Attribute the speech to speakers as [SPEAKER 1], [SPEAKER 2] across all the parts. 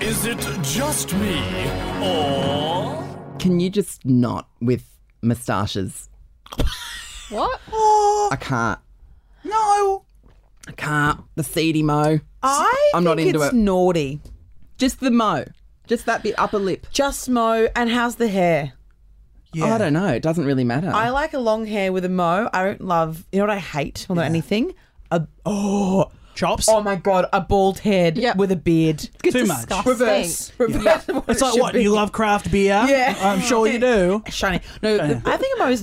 [SPEAKER 1] Is it just me, or
[SPEAKER 2] Can you just not with moustaches?
[SPEAKER 3] What?
[SPEAKER 2] I can't.
[SPEAKER 4] No,
[SPEAKER 2] I can't. The seedy mo.
[SPEAKER 4] I
[SPEAKER 2] I'm not
[SPEAKER 4] think
[SPEAKER 2] into
[SPEAKER 4] it's
[SPEAKER 2] it.
[SPEAKER 4] naughty.
[SPEAKER 2] Just the mo. Just that bit upper lip. Oh,
[SPEAKER 4] Just mo. And how's the hair?
[SPEAKER 2] I don't know. It doesn't really matter.
[SPEAKER 4] I like a long hair with a mo. I don't love. You know what I hate more than anything? A oh
[SPEAKER 5] Chops.
[SPEAKER 4] oh my god, a bald head
[SPEAKER 3] Yep.
[SPEAKER 4] with a beard.
[SPEAKER 5] Too much.
[SPEAKER 3] disgusting.
[SPEAKER 4] Reverse. Reverse. of
[SPEAKER 5] It's
[SPEAKER 4] it
[SPEAKER 5] like
[SPEAKER 4] should
[SPEAKER 5] what
[SPEAKER 4] be.
[SPEAKER 5] you love craft beer.
[SPEAKER 4] Yeah.
[SPEAKER 5] I'm sure you do.
[SPEAKER 4] Shiny. No, I think a mo's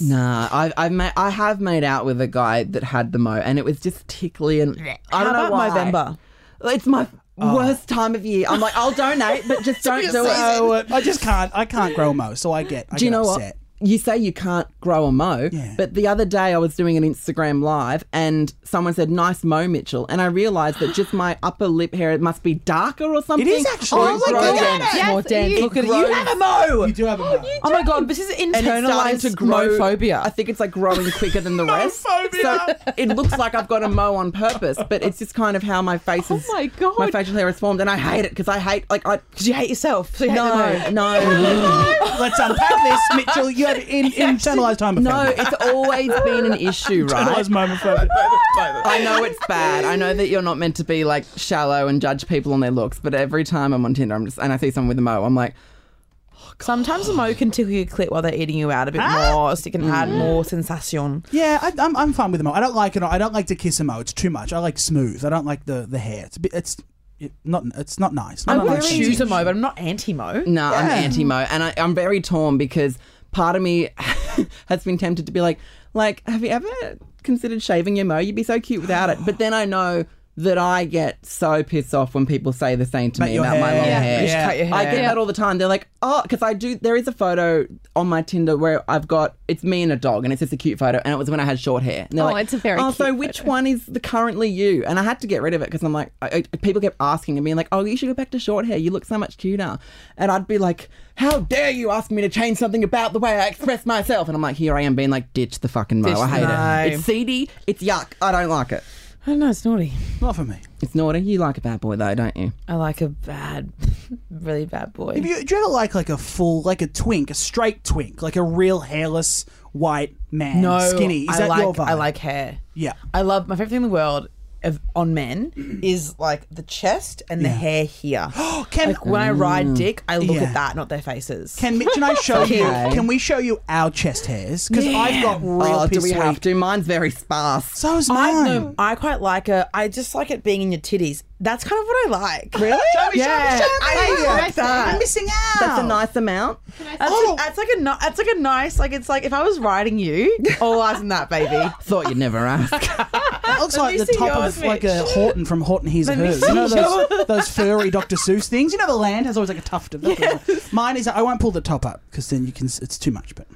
[SPEAKER 2] Nah, I've, I've made, I have made out with a guy that had the mo, and it was just tickly and I
[SPEAKER 4] How
[SPEAKER 2] don't know
[SPEAKER 4] about
[SPEAKER 2] why.
[SPEAKER 4] Movember? Oh.
[SPEAKER 2] It's my worst time of year. I'm like, I'll donate, but just don't do it.
[SPEAKER 5] Oh, uh, I just can't. I can't grow mo, so I get. I
[SPEAKER 2] Do you
[SPEAKER 5] get
[SPEAKER 2] know
[SPEAKER 5] upset.
[SPEAKER 2] what? You say you can't grow a mo,
[SPEAKER 5] Yeah.
[SPEAKER 2] but the other day I was doing an Instagram live and someone said, "Nice mo, Mitchell," and I realised that just my upper lip hair it must be darker or something.
[SPEAKER 5] is actually.
[SPEAKER 2] Or
[SPEAKER 5] Oh my
[SPEAKER 2] grows
[SPEAKER 5] God.
[SPEAKER 2] in.
[SPEAKER 3] Yes,
[SPEAKER 4] More dense.
[SPEAKER 3] you-
[SPEAKER 4] Look at it. You have a mo.
[SPEAKER 5] You do have a mo.
[SPEAKER 4] Oh my god, this is
[SPEAKER 2] and it's starting
[SPEAKER 4] internalized
[SPEAKER 2] to grow.
[SPEAKER 4] phobia.
[SPEAKER 2] I think it's like growing quicker than the rest. So it looks like I've got a mo on purpose, but it's just kind of how my face is.
[SPEAKER 3] my God.
[SPEAKER 2] Oh My facial hair is formed, and I hate it because I hate like I.
[SPEAKER 4] Because you hate yourself. So you hate the
[SPEAKER 2] No,
[SPEAKER 4] mo.
[SPEAKER 2] no,
[SPEAKER 5] Let's unpack this, Mitchell. You have in, internalized homophobia.
[SPEAKER 2] no! It's always been an issue, right?
[SPEAKER 5] internalized homophobia.
[SPEAKER 2] I know it's bad. I know that you're not meant to be like shallow and judge people on their looks, but every time I'm on Tinder, I'm just and I see someone with a mo, I'm like,
[SPEAKER 4] Sometimes a mo can tickle your clit while they're eating you out a bit more, so you can add more sensation.
[SPEAKER 5] Yeah, I, I'm, I'm fine with the mo. I don't like it. I don't like to kiss a mo. It's too much. I like smooth. I don't like the, the hair. It's a bit, it's it- not it's not nice.
[SPEAKER 4] I'm
[SPEAKER 5] Not
[SPEAKER 4] wearing
[SPEAKER 5] nice.
[SPEAKER 4] shoes a mo, but I'm not anti mo.
[SPEAKER 2] no, I'm anti mo, and I, I'm very torn because part of me has been tempted to be like, like, have you ever considered shaving your mo? You'd be so cute without it. But then I know. That I get so pissed off when people say the same to me
[SPEAKER 5] your
[SPEAKER 2] about my
[SPEAKER 5] hair.
[SPEAKER 2] long
[SPEAKER 5] Yeah,
[SPEAKER 2] hair.
[SPEAKER 5] you should cut
[SPEAKER 4] your
[SPEAKER 2] I
[SPEAKER 4] hair.
[SPEAKER 2] get that all the time. They're like, oh, because I do. There is a photo on my Tinder where I've got it's me and a dog, and it's just a cute photo, and it was when I had short hair. And they're
[SPEAKER 3] Oh,
[SPEAKER 2] like,
[SPEAKER 3] it's a very
[SPEAKER 2] Oh, so
[SPEAKER 3] cute
[SPEAKER 2] which
[SPEAKER 3] photo."
[SPEAKER 2] one is the currently you? And I had to get rid of it because I'm like, I, I- people kept asking and being like, oh, you should go back to short hair. You look so much cuter. And I'd be like, how dare you ask me to change something about the way I express myself? And I'm like, here I am being like, ditch the fucking mo.
[SPEAKER 3] Ditch
[SPEAKER 2] I
[SPEAKER 3] the
[SPEAKER 2] hate
[SPEAKER 4] mo.
[SPEAKER 2] it. It's seedy. It's yuck. I don't like it.
[SPEAKER 4] I don't know, it's naughty.
[SPEAKER 5] Not for me.
[SPEAKER 2] It's naughty. You like a bad boy though, don't you?
[SPEAKER 4] I like a bad, really bad boy.
[SPEAKER 5] If you, do you ever like like a full like a twink, a straight twink, like a real hairless white man,
[SPEAKER 4] no,
[SPEAKER 5] skinny? Is
[SPEAKER 4] I
[SPEAKER 5] that
[SPEAKER 4] like,
[SPEAKER 5] your vibe?
[SPEAKER 4] I like hair.
[SPEAKER 5] Yeah.
[SPEAKER 4] I love my favorite thing in the world of, on men is like the chest and the hair here.
[SPEAKER 5] Can-
[SPEAKER 4] like when I ride dick, I look
[SPEAKER 5] Yeah.
[SPEAKER 4] at that, not their faces.
[SPEAKER 5] Can Mitch and I show you?
[SPEAKER 2] Okay.
[SPEAKER 5] Can we show you our chest hairs? Because I've got real.
[SPEAKER 2] oh, do
[SPEAKER 5] piss
[SPEAKER 2] we have
[SPEAKER 5] weak-
[SPEAKER 2] to? Mine's very sparse.
[SPEAKER 5] So is
[SPEAKER 4] I
[SPEAKER 5] mine.
[SPEAKER 4] know. I quite like a. I just like it being in your titties. That's kind of what I like. Really? yeah. I
[SPEAKER 3] show me.
[SPEAKER 4] like that.
[SPEAKER 5] I'm missing out.
[SPEAKER 2] That's a nice amount.
[SPEAKER 4] That's,
[SPEAKER 5] Oh.
[SPEAKER 4] a, that's like a. ni- That's like a nice. Like it's like if I was riding you, all eyes on that baby.
[SPEAKER 2] Thought you'd never ask.
[SPEAKER 5] It looks like
[SPEAKER 4] me
[SPEAKER 5] the
[SPEAKER 4] see
[SPEAKER 5] top
[SPEAKER 4] yours,
[SPEAKER 5] of like a
[SPEAKER 4] Mitch.
[SPEAKER 5] Horton from Horton Hears and Hers. You know those, those furry Dr. Seuss things. You know the land has always like a tuft of that. Mine is. I won't pull the top up because then you can. s- It's too much, but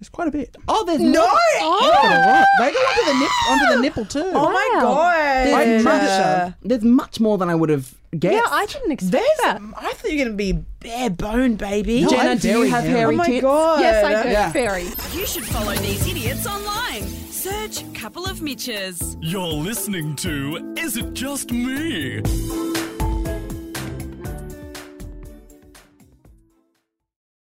[SPEAKER 5] it's quite a bit.
[SPEAKER 2] oh, there's no.
[SPEAKER 5] Oh, they go onto the nip, onto the nipple too.
[SPEAKER 4] Oh my god!
[SPEAKER 2] There's, much, there's much more than I would have guessed.
[SPEAKER 3] Yeah, I didn't expect
[SPEAKER 4] There's,
[SPEAKER 3] that.
[SPEAKER 4] I thought you were gonna be bare bone, baby.
[SPEAKER 5] No,
[SPEAKER 2] Jenna,
[SPEAKER 5] I'm
[SPEAKER 2] do you
[SPEAKER 5] very
[SPEAKER 2] have
[SPEAKER 5] hairy.
[SPEAKER 2] hairy
[SPEAKER 4] oh my
[SPEAKER 2] tits?
[SPEAKER 4] god!
[SPEAKER 3] Yes, I do.
[SPEAKER 5] Yeah.
[SPEAKER 3] Very.
[SPEAKER 6] You should follow these idiots online. Search Couple of Mitches.
[SPEAKER 1] you're listening to Is It Just Me?